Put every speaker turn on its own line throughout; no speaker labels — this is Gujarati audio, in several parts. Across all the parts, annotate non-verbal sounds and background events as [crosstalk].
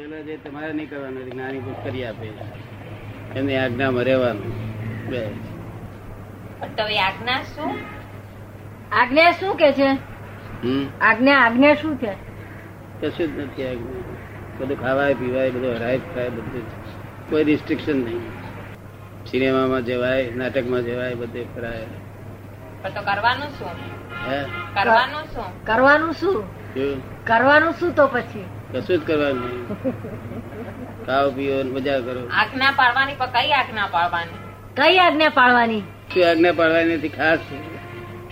એનો જે તમારે નહીં કરવાનો જ્ઞાની પુરુષ કરી આપે એમની આજ્ઞામાં રહેવાનું બે
પણ તો એ આજ્ઞા શું
આજ્ઞા શું કે છે
હમ
આજ્ઞા આજ્ઞા શું છે
કશું જ નથી આજ્ઞા બધું ખાવાય પીવાય બધું હરાય થાય બધું જ. કોઈ રિસ્ટ્રિક્શન નહીં સિનેમામાં જવાય નાટકમાં જવાય બધે ફરાય
પણ તો કરવાનું શું
હે
કરવાનું શું
કરવાનું શું
જો
કરવાનું શું તો પછી
કશું જ કરવાનું નહીં ખાઓ પીઓ અને મજા કરો
આજ્ઞા પાડવાની પણ કઈ આજ્ઞા પાડવાની
કઈ આજ્ઞા પાળવાની
શું આજ્ઞા પાડવાની નથી ખાસ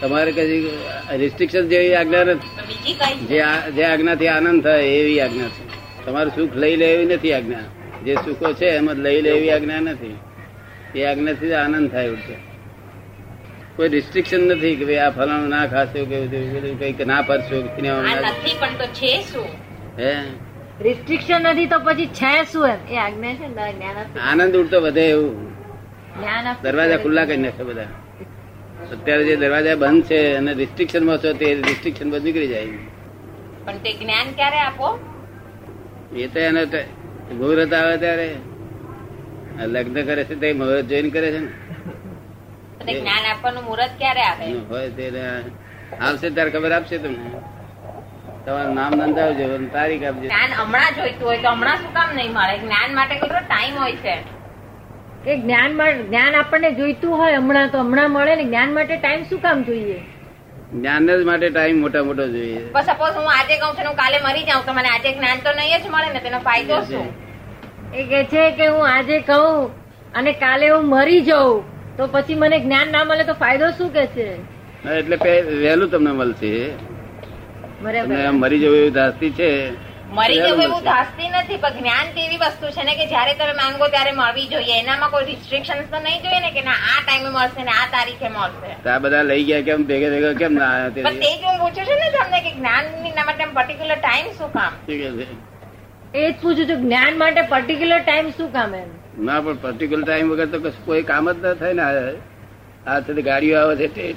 તમારે કદી રિસ્ટ્રિક્શન જેવી આજ્ઞા નથી
તો બીજી કઈ
જે આ- જે આજ્ઞાથી આનંદ થાય એવી આજ્ઞા છે તમારું સુખ લઈ લે એવી નથી આજ્ઞા જે સુખો છે એમાં લઈ લે એવી આજ્ઞા નથી એ આજ્ઞાથી જ આનંદ થાય એવું છે કોઈ રિસ્ટ્રિક્શન નથી કે ભાઈ આ ફલાણું ના ખાશો કે બધું કઈક ના ફરશો સિનેમા
આ નથી પણ તો છે શું
હે
રિસ્ટ્રિક્શન નથી તો પછી છે શું એમ એ આજ્ઞા છે ને તારે જ્ઞાન આપે.
આનંદ ઉડતો વધે એવું
જ્ઞાન આપે.
દરવાજા ખુલ્લા કરી નાખે બધા અત્યારે જે દરવાજા બંધ છે અને રિસ્ટ્રિક્શનમાં છો તે રિસ્ટ્રિક્શન બધું નીકળી જાય
પણ તે જ્ઞાન ક્યારે આપો
એ તો એનો ટ- મુહૂર્ત આવે ત્યારે આ લગ્ન કરે છે તે મુહૂર્ત જોઈને કરે છે ને
તે જ્ઞાન આપવાનું મુહૂર્ત ક્યારે આવે
એનું હોય તે રે- આવશે ત્યારે ખબર આપશે તમને તમારું નામ નોંધાવજો અને તારીખ આપજો
જ્ઞાન હમણાં જોઈતું હોય તો હમણાં શું કામ નહીં મળે જ્ઞાન માટે કેટલો ટાઈમ હોય છે
કે જ્ઞાન માં- જ્ઞાન આપણને જોઈતું હોય હમણાં તો હમણાં મળે ને જ્ઞાન માટે ટાઈમ શું કામ જોઈએ
જ્ઞાન જ માટે ટાઈમ મોટા મોટો જોઈએ
પણ સપોઝ હું આજે કહું છું ને હું કાલે મરી જાઉં તો મને આજે જ્ઞાન તો નહીં જ મળે ને તેનો ફાયદો શું
એ કે છે કે હું આજે કહું અને કાલે હું મરી જઉં તો પછી મને જ્ઞાન ના મળે તો ફાયદો શું કે છે
હા, એટલે પે- વહેલું તમને મળશે તમને
બરાબર
આમ મરી જવું એવી ધાસ્તી છે
મરી જવું
વહેલું
એવું
મળશે.
ધાસતી નથી પણ જ્ઞાન તો એવી વસ્તુ છે ને કે જ્યારે તમે માંગો ત્યારે મળવી જોઈએ એનામાં કોઈ રિસ્ટ્રિક્શન તો નહીં જોઈએ ને કે ના આ ટાઈમે મળશે ને આ તારીખે મળશે
તો આ બધા લઈ ગયા કેમ ભેગે ભેગા કેમ ના આવ્યા તે
પણ તે જ હું પૂછું છું ને તમને કે જ્ઞાનની ના માટે પર્ટિક્યુલર ટાઈમ શું કામ
શું કહે છે?
એ જ પૂછું છું જ્ઞાન માટે પર્ટિક્યુલર ટાઈમ શું કામ એમ
ના પણ પર્ટિક્યુલર ટાઈમ વગર તો કશું કોઈ કામ જ ના થાય ને આ- આ સુધી ગાડીઓ આવે છે તે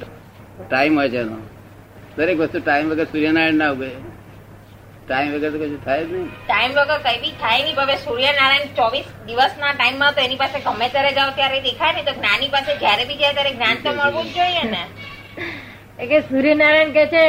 ટાઈમ હોય છે એનો દરેક વસ્તુ ટાઈમ વગર સૂર્યનારાયણ ના ઉગે ટાઈમ વગર તો કશું થાય જ નહીં
ટાઈમ વગર કઈ બી થાય નહીં હવે સૂર્યનારાયણ ચોવીસ દિવસના ટાઈમમાં તો એની પાસે ગમે ત્યારે જાઓ ત્યારે દેખાય ને તો જ્ઞાની પાસે જ્યારે બી જાય ત્યારે જ્ઞાન તો મળવું જ જોઈએ ને
એ કે સૂર્યનારાયણ કે છે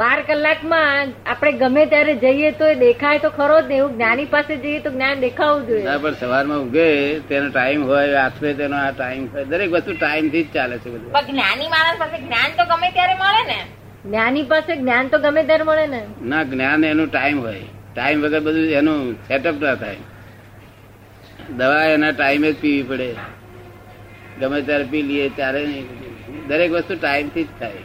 બાર કલાકમાં આપણે ગમે ત્યારે જઈએ તો એ દેખાય તો ખરો જ ને એવું જ્ઞાની પાસે જઈએ તો જ્ઞાન દેખાવું
ના
જોઈએ
પણ સવારમાં ઉગે તેનો ટાઈમ હોય આશરે તેનો આ ટાઈમ હોય દરેક વસ્તુ ટાઈમ થી જ ચાલે છે બધું
પણ જ્ઞાની માણસ પાસે જ્ઞાન તો ગમે ત્યારે મળે ને
જ્ઞાની પાસે જ્ઞાન તો ગમે ત્યારે મળે ને
ના જ્ઞાન એનું ટાઈમ હોય ટાઈમ વગર બધું એનું સેટઅપ ના થાય દવા એના ટાઈમે જ પીવી પડે ગમે ત્યારે પી લઈએ ત્યારે નહીં દરેક વસ્તુ ટાઈમ થી જ થાય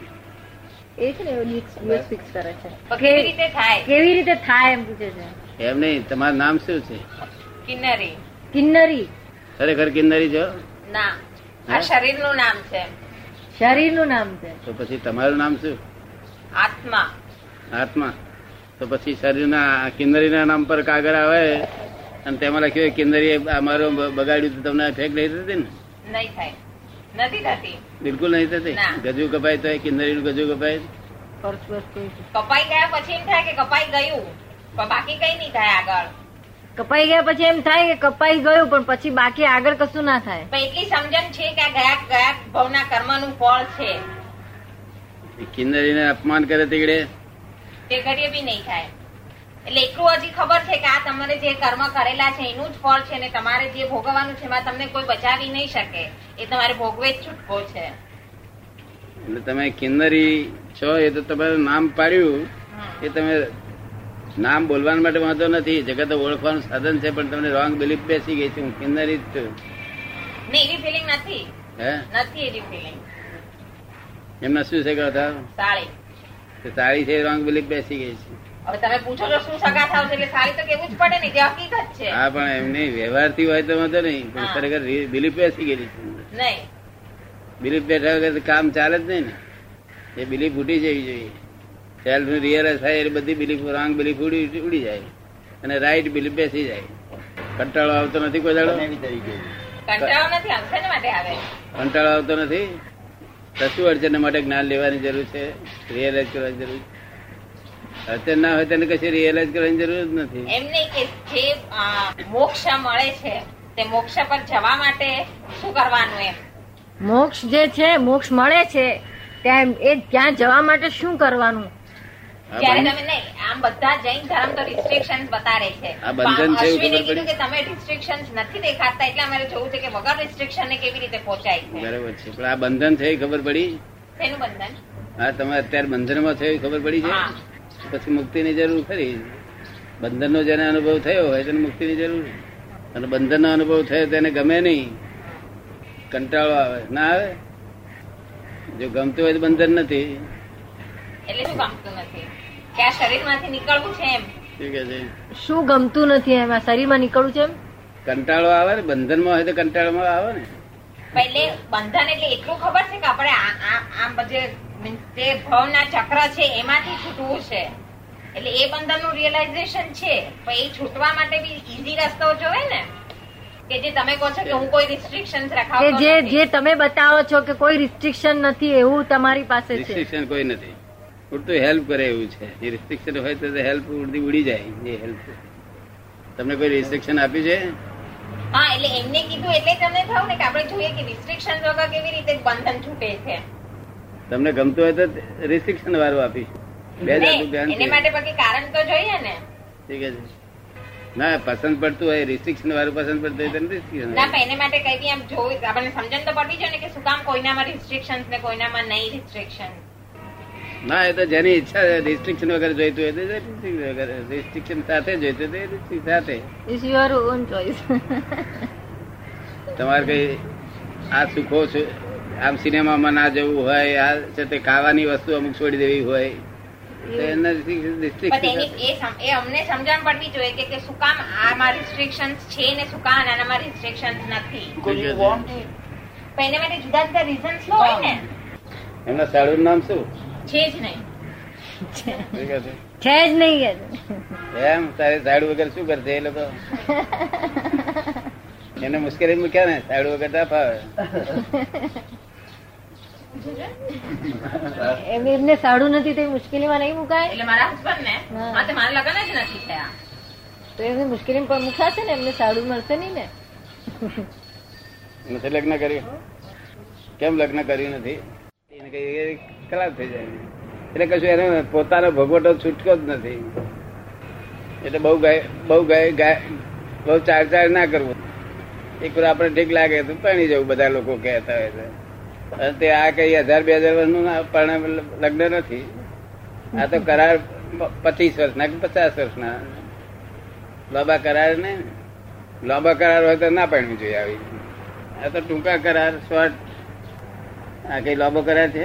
એ છે ને એવું દિવસ- દિવસ ફિક્સ કરે છે
પણ કેવી રીતે થાય
કેવી રીતે થાય એમ પૂછે છે
એમ નહીં તમારું નામ શું છે
કિન્નરી
કિન્નરી
ખરેખર કિન્નરી છો
ના
હે?
આ શરીરનું નામ છે
શરીરનું નામ છે
તો પછી તમારું નામ શું
આત્મા
આત્મા તો પછી શરીરના કિન્નરીના નામ પર કાગળ આવે અને તેમાં લખ્યું હોય, કિન્નરીએ અમારું બ- બગાડ્યું તો તમને ફેક નહીં થતી ને
નહીં થાય નથી થતી
બિલકુલ નહીં થતી
ના.
ગજુ કપાય તો કિન્નરીનું ગજુ કપાય
ફર્સ્ટ વસ્તુ
કપાઈ ગયા પછી એમ થાય કે કપાઈ ગયું પણ બાકી કઈ નહીં થાય આગળ
કપાઈ ગયા પછી એમ થાય કે કપાઈ ગયું પણ પછી બાકી આગળ કશું ના થાય
પણ એટલી સમજણ છે કે આ ગયા ગયા ભવના કર્મનું ફળ છે
કિન્નરીને અપમાન કરે તીકડે
તે ઘડીએ બી નહીં થાય એટલે એટલું હજી ખબર છે કે આ તમારે જે કર્મ કરેલા છે એનું જ ફળ છે ને તમારે જે ભોગવવાનું છે એમાં તમને કોઈ બચાવી નહીં શકે એ તમારે ભોગવે જ છૂટકો છે
એટલે તમે કિન્નરી છો એ તો તમારું નામ પાડ્યું
હમ.
એ તમે નામ બોલવા માટે વાંધો નથી જગત ઓળખવાનું સાધન છે પણ તમને રોંગ બિલીફ બેસી ગઈ છે હું કિન્નરી જ છું
નહીં એવી ફિલિંગ નથી
હે
નથી એવી ફિલિંગ
એમના શું છે કથા
સારી
તે સારી છે રોંગ બિલીફ બેસી ગઈ
હવે તમે પૂછો છો શું સગા થાવ છો એટલે સારી તો કેવું જ પડે ને જે હકીકત
છે
છે
હા પણ એમની વ્યવહારથી હોય તો વાંધો નહીં પણ
હા.
ખરેખર બિલીફ બેસી ગયેલી છે
નહીં
બિલીફ બેઠા વગર તો કામ ચાલે જ નહીં ને એ બિલીફ ઉડી જવી જોઈએ સેલ્ફ નું રિયલાઇઝ થાય એટલે બધી બિલીફ રોંગ બિલીફ ઉડી ઉડી જાય અને રાઈટ બિલીફ બેસી જાય કંટાળો આવતો નથી કોઈ દાડો
કંટાળો નથી આવશે ને માટે આવે
કંટાળો આવતો નથી તો શું અડચણ માટે જ્ઞાન લેવાની જરૂર છે રિયલાઇઝ કરવાની જરૂર છે અડચણ ના હોય તેને કશે રિયલાઇઝ કરવાની જરૂર જ નથી
એમ નહીં કે જે અ, મોક્ષ મળે છે તે મોક્ષ પર જવા માટે શું કરવાનું એમ
મોક્ષ જે છે મોક્ષ મળે છે ત્યાં એ ત્યાં જવા માટે શું કરવાનું
આ
જ્યારે
બંધ-
તમે નહીં આમ બધા જૈન ધર્મ તો રિસ્ટ્રિક્શન બતાવે છે
આ બંધન
પણ
છે એવું
અશ્વિને
ખબર
કીધું
પડી?
કે તમે રિસ્ટ્રિક્શન નથી દેખાતા એટલે અમારે જોવું છે કે વગર રિસ્ટ્રિક્શન ને કેવી રીતે પહોંચાય છે
બરાબર છે પણ આ બંધન છે એ ખબર પડી
તેનું બંધન
હા તમે અત્યારે બંધનમાં છે એ ખબર પડી
હા
છે પછી મુક્તિની જરૂર ખરી બંધનનો જેને અનુભવ થયો હોય તેને મુક્તિની જરૂર અને બંધનનો અનુભવ થયો તેને ગમે નહીં કંટાળો આવે ના આવે જો ગમતું હોય તો બંધન નથી
એટલે શું ગમતું નથી કે આ શરીરમાંથી નીકળવું છે એમ
શું કે છે
શું ગમતું નથી એમાં શરીરમાં નીકળવું છે એમ?
કંટાળો આવે ને બંધનમાં હોય તો કંટાળમાં આવે ને
પહેલે બંધન એટલે એટલું ખબર છે કે આપણે આ- આ- આમ બધે means જે ભવના ચક્ર છે એમાંથી છૂટવું છે એટલે એ બંધન નું રિયલાઇઝેશન છે પણ એ છૂટવા માટે બી ઈઝી રસ્તો જોવે ને કે જે તમે કહો છો કે હું કોઈ રિસ્ટ્રિક્શન
કે
રખાવતો
જે
નથી.
જે તમે બતાવો છો કે કોઈ રિસ્ટ્રિક્શન નથી એવું તમારી પાસે છે
રિસ્ટ્રિક્શન કોઈ નથી ઉડતું હેલ્પ કરે એવું છે જે રિસ્ટ્રિક્શન હોય તો હેલ્પ ઉડતી ઉડી જાય એ હેલ્પ તમને કોઈ રિસ્ટ્રિક્શન આપ્યું છે
હા એટલે એમને કીધું એટલે તમને થયું ને કે આપણે જોઈએ કે રિસ્ટ્રિક્શન વગર કેવી રીતે બંધન છૂટે છે
તમને ગમતું હોય તો રિસ્ટ્રિક્શન વાળું આપીશ બે જાતનું
ને,
જ્ઞાન
એને
છે.
માટે પછી કારણ તો જોઈએ ને
ઠીક છે ના પસંદ પડતું હોય રિસ્ટ્રિક્શન વાળું પસંદ પડતું હોય તો રિસ્ટ્રિક્શન
ના પણ એને માટે કઈ બી આમ જોઈ આપણને સમજણ તો પડવી જોઈએ ને કે શું કામ કોઈનામાં રિસ્ટ્રિક્શન ને કોઈનામાં નહીં રિસ્ટ્રિક્શન
ના એ તો જેની ઈચ્છા રિસ્ટ્રિક્શન વગર જોઈતું હોય તો રિસ્ટ્રિક્શન સાથે જોઈતું હોય તો restriction સાથે
ઇઝ યોર ઓન ચોઇસ
તમારે કઈ આ સુખો છે આમ સિનેમામાં ના જવું હોય આ છે તે ખાવાની વસ્તુ અમુક છોડી દેવી હોય તો એના
પણ
રિસ્ટ્રિક્શન
એની એ સમ- એ અમને સમજણ પડવી જોઈએ કે- કે શું કામ આમાં રિસ્ટ્રિક્શન છે ને શું કામ આનામાં રિસ્ટ્રિક્શન નથી
Because you want
પણ એના માટે જુદા જુદા રીઝન્સ હોય ને
એમના શાળુનું નામ શું
છે જ નહીં
[laughs] છે જ નહીં
એમ તારે ઝાડુ વગર શું કરશે એ લોકો એને મુશ્કેલી મૂક્યા ને ઝાડુ વગર ના ફાવે
એમ એમને સાડું નથી તો એ મુશ્કેલીમાં નહીં મુકાય
એટલે મારા હસબન્ડ ને
હા.
હા, તે મારા લગ્ન જ નથી થયા
તો એમની મુશ્કેલી પર મુકાશે ને એમને સાડું મળશે નહીં ને
નથી લગ્ન કર્યું કેમ લગ્ન કર્યું નથી એને કઈ ખરાબ થઈ જાય એટલે કશું એને પોતાનો ભગવટો છૂટકો જ નથી એટલે બહુ ગાય બહુ ગાય ગાય બહુ ચાર ચાર ના કરવું એક વાર આપણે ઠીક લાગે તો પરણી જવું બધા લોકો કહેતા હોય છે અને તે આ કઈ હજાર બે હજાર વર્ષનું ના પરણે લગ્ન નથી આ તો કરાર પ- પચીસ વર્ષના કે પચાસ વર્ષના લાંબા કરાર ને લાંબા કરાર હોય તો ના પરણવું જોઈએ આવી આ તો ટૂંકા કરાર શોર્ટ આ કઈ લાંબો કરાર છે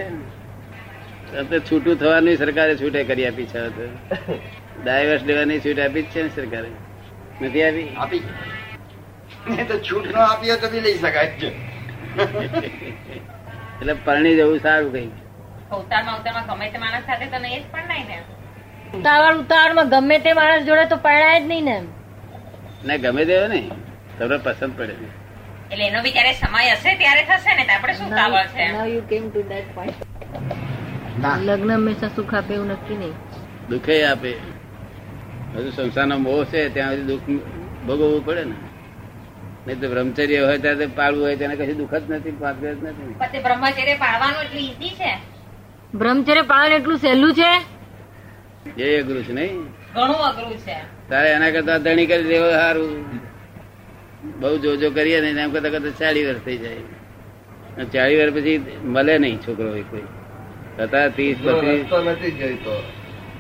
આ તો છૂટું થવાની સરકારે છૂટે કરી આપી છે હવે તો ડાયવર્સ લેવાની છૂટ આપી જ છે ને સરકારે નથી આપી
આપી ને તો છૂટ ન આપી હોય તો બી લઈ શકાય છે
એટલે પરણી જવું સારું કઈ
અવતારમાં અવતારમાં ગમે તે માણસ સાથે તો નહીં જ પણ નહીં ને
ઉતાવળ ઉતાવળમાં ગમે તે માણસ જોડે તો પરણાય જ નહીં ને એમ
ના ગમે તેવો ને તમને પસંદ પડે
એટલે એનો બી જયારે સમય હશે ત્યારે થશે ને તો આપણે શું ઉતાવળ છે
Now you came to that point.
ના
લગ્ન હંમેશા સુખ આપે એવું નક્કી નહીં
દુઃખે આપે હજુ સંસારનો મોહ છે ત્યાં સુધી દુઃખ ભોગવવું પડે ને નહીં તો બ્રહ્મચર્ય હોય ત્યારે તો પાળવું હોય તેને કશું દુઃખ જ નથી પાપ જ નથી ને.
પણ તે બ્રહ્મચર્ય પાળવાનું એટલું ઈઝી છે
બ્રહ્મચર્ય પાલન એટલું સહેલું છે
એ અઘરું છે નહીં
ઘણું અઘરું છે
તારે એના કરતા ધણી કરી દેવો સારું બહુ જોજો કરીએ ને એમ કરતા કરતા ચાળી વર્ષ થઈ જાય અને ચાળી વર્ષ પછી મળે નહીં છોકરો હોય કોઈ હતા ત્રીસ બત્રીસ
રસ્તો નથી જોઈતો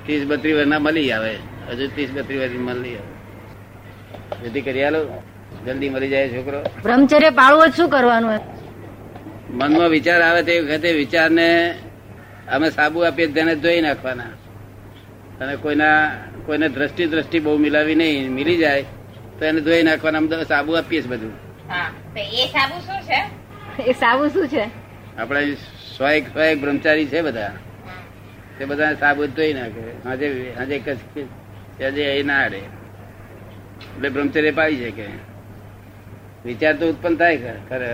ત્રીસ બત્રીસ વર્ષના મળી આવે હજુ ત્રીસ બત્રીસ વર્ષની મળી આવે જલ્દી કરી આલો જલ્દી મળી જાય છોકરો
બ્રહ્મચર્ય પાળવું જ શું કરવાનું એમ?
મનમાં વિચાર આવે તે વખતે વિચારને અમે સાબુ આપીએ તેને ધોઈ નાખવાના અને કોઈના કોઈને દ્રષ્ટિ દ્રષ્ટિ બહુ મિલાવી નહીં મિલી જાય તો એને ધોઈ નાખવાના અમે તો સાબુ આપીએ જ બધું
હા તો એ સાબુ શું છે
એ સાવું શું છે
આપણે સો એક સો એક બ્રહ્મચારી છે બધા
હમ.
તે બધા સાબુ ધોઈ નાખે આજે આજે કચ- આજે એ ના અડે એટલે બ્રહ્મચર્ય પાડી શકે વિચાર તો ઉત્પન્ન થાય ખરે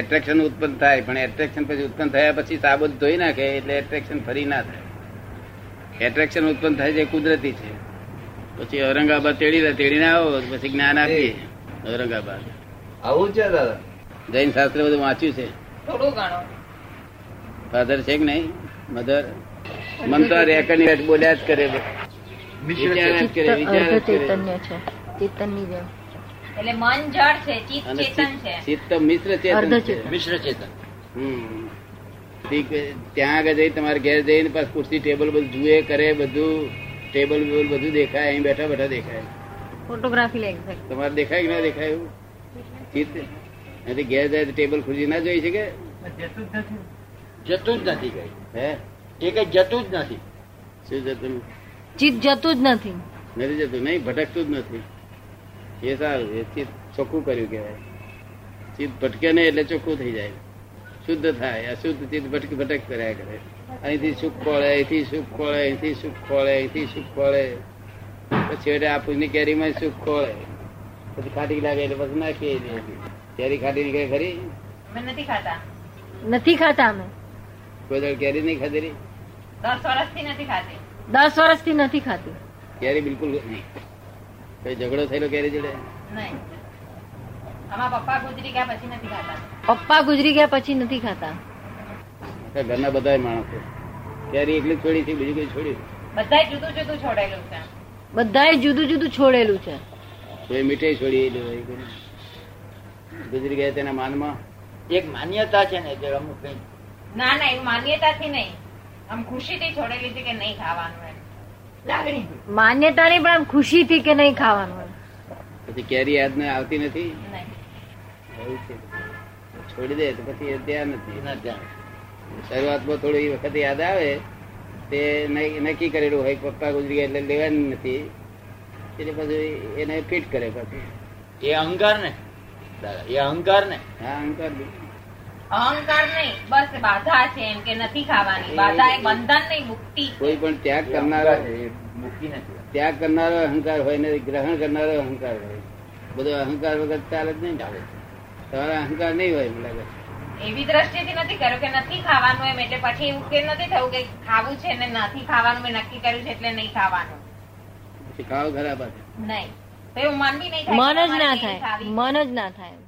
એટ્રેક્શન ઉત્પન્ન થાય પણ એટ્રેક્શન પછી ઉત્પન્ન થયા પછી સાબુ ધોઈ નાખે એટલે એટ્રેક્શન ફરી ના થાય એટ્રેક્શન ઉત્પન્ન થાય છે કુદરતી છે પછી ઔરંગાબાદ તેડી લે તેડીને આવો પછી જ્ઞાન આપીએ ઔરંગાબાદ
આવું જ છે દાદા
જૈન શાસ્ત્ર બધું વાંચ્યું છે
થોડું ઘણું
ફાધર છે કે નહીં મધર મન તો રેકર્ડની વાત બોલ્યા જ કરે
મિશ્ર
વિચાર જ
છે.
કરે વિચાર જ કરે
ચૈતન્ય છે ચેતનની જેમ
એટલે મન જળ છે ચિત્ત
અને
ચેતન છે
ચિત્ત- ચિત્ત મિશ્ર ચેતન
અર્ધ
છે
ચેતન.
મિશ્ર ચેતન
હમ. ઠીક છે. ત્યાં આગળ જઈ તમારે ઘેર જઈને પાછું ખુરશી ટેબલ બધું જુએ કરે બધું ટેબલ બેબલ બધું દેખાય અહીં બેઠા બેઠા દેખાય
ફોટોગ્રાફી લે એક્ઝેક્ટ
તમારે દેખાય કે ના દેખાય એવું ચિત્ત નથી ઘેર જાય તો ટેબલ ખુરશી ના જોઈ શકે
જતું જ નથી કઈ
હે
એ કઈ જતું જ નથી
શું જતું
ચિત્ત જતું જ નથી
નથી જતું નહીં ભટકતું જ નથી એ સારું એ ચિત્ત ચોખ્ખું કર્યું કહેવાય ચિત્ત ભટકે નહીં એટલે ચોખ્ખું થઈ જાય શુદ્ધ થાય અશુદ્ધ ચિત્ત ભટક ભટક કર્યા કરે અહીંથી સુખ ખોળે અહીંથી સુખ ખોળે અહીંથી સુખ ખોળે અહીંથી સુખ ખોળે પછી એટલે આ પૂજની કેરીમાં સુખ ખોળે પછી ખાટી લાગે એટલે પછી નાખીએ દઈએ. કેરી ખાટી નીકળે ખરી
અમે નથી ખાતા
નથી ખાતા અમે
કોઈ દાડો કેરી નહીં ખાધેલી
દસ વર્ષથી નથી ખાતી
દસ વર્ષથી નથી ખાતી
કેરી બિલકુલ નહીં કોઈ ઝઘડો થયેલો કેરી જોડે
નહીં આમાં પપ્પા ગુજરી ગયા પછી નથી ખાતા
પપ્પા ગુજરી ગયા પછી નથી ખાતા
આપણા ઘરના બધા માણસો કેરી એકલી જ છોડી છે બીજું કોઈ છોડ્યું
બધાય જુદું જુદું છોડેલું છે
બધાએ જુદું જુદું છોડેલું છે
કોઈ મીઠાઈ છોડી દે હોય કોઈ. ગુજરી ગયા તેના માનમાં
એક માન્યતા છે ને કે અમુક કઈ
ના ના એવું માન્યતાથી નહીં આમ ખુશીથી છોડેલી હતી કે નહીં ખાવાનું એમ લાગણી
માન્યતા નહીં પણ આમ ખુશીથી કે નહીં ખાવાનું એમ.
પછી કેરી યાદને આવતી નથી
નહીં
એવું છે છોડી દે તો પછી એ ધ્યાન નથી
એના ધ્યાન
શરૂઆતમાં થોડી વખત યાદ આવે તે નક્કી નક્કી કરેલું હોય કે પપ્પા ગુજરી ગયા એટલે લેવાની નથી એટલે પછી એને ફિટ કરે પછી
એ અહંકાર ને દાદા એ અહંકાર ને
હા અંકલ
અહંકાર નહીં બસ બાધા છે એમ કે નથી ખાવાની બાધા એ બંધન નહીં મુક્તિ
કોઈ પણ ત્યાગ કરનારા
એ મૂકી નથી
ત્યાગ કરનારો અહંકાર હોય ને ગ્રહણ કરનારો અહંકાર હોય બધો અહંકાર વગર ચાલે જ નહીં ચાલે તમારા અહંકાર નહીં હોય મને લાગે
એવી દ્રષ્ટિથી નથી કર્યું કે નથી ખાવાનું એમ એટલે પછી એવું કે નથી થયું કે ખાવું છે ને નથી ખાવાનું મેં નક્કી કર્યું છે એટલે નહીં ખાવાનું
પછી ખાવ ખરા પાછું
નહીં તો એવું મન બી નહીં થાય
મન જ
કે મારે
ના
નહીં
થાય
ખાવી.
મન જ ના થાય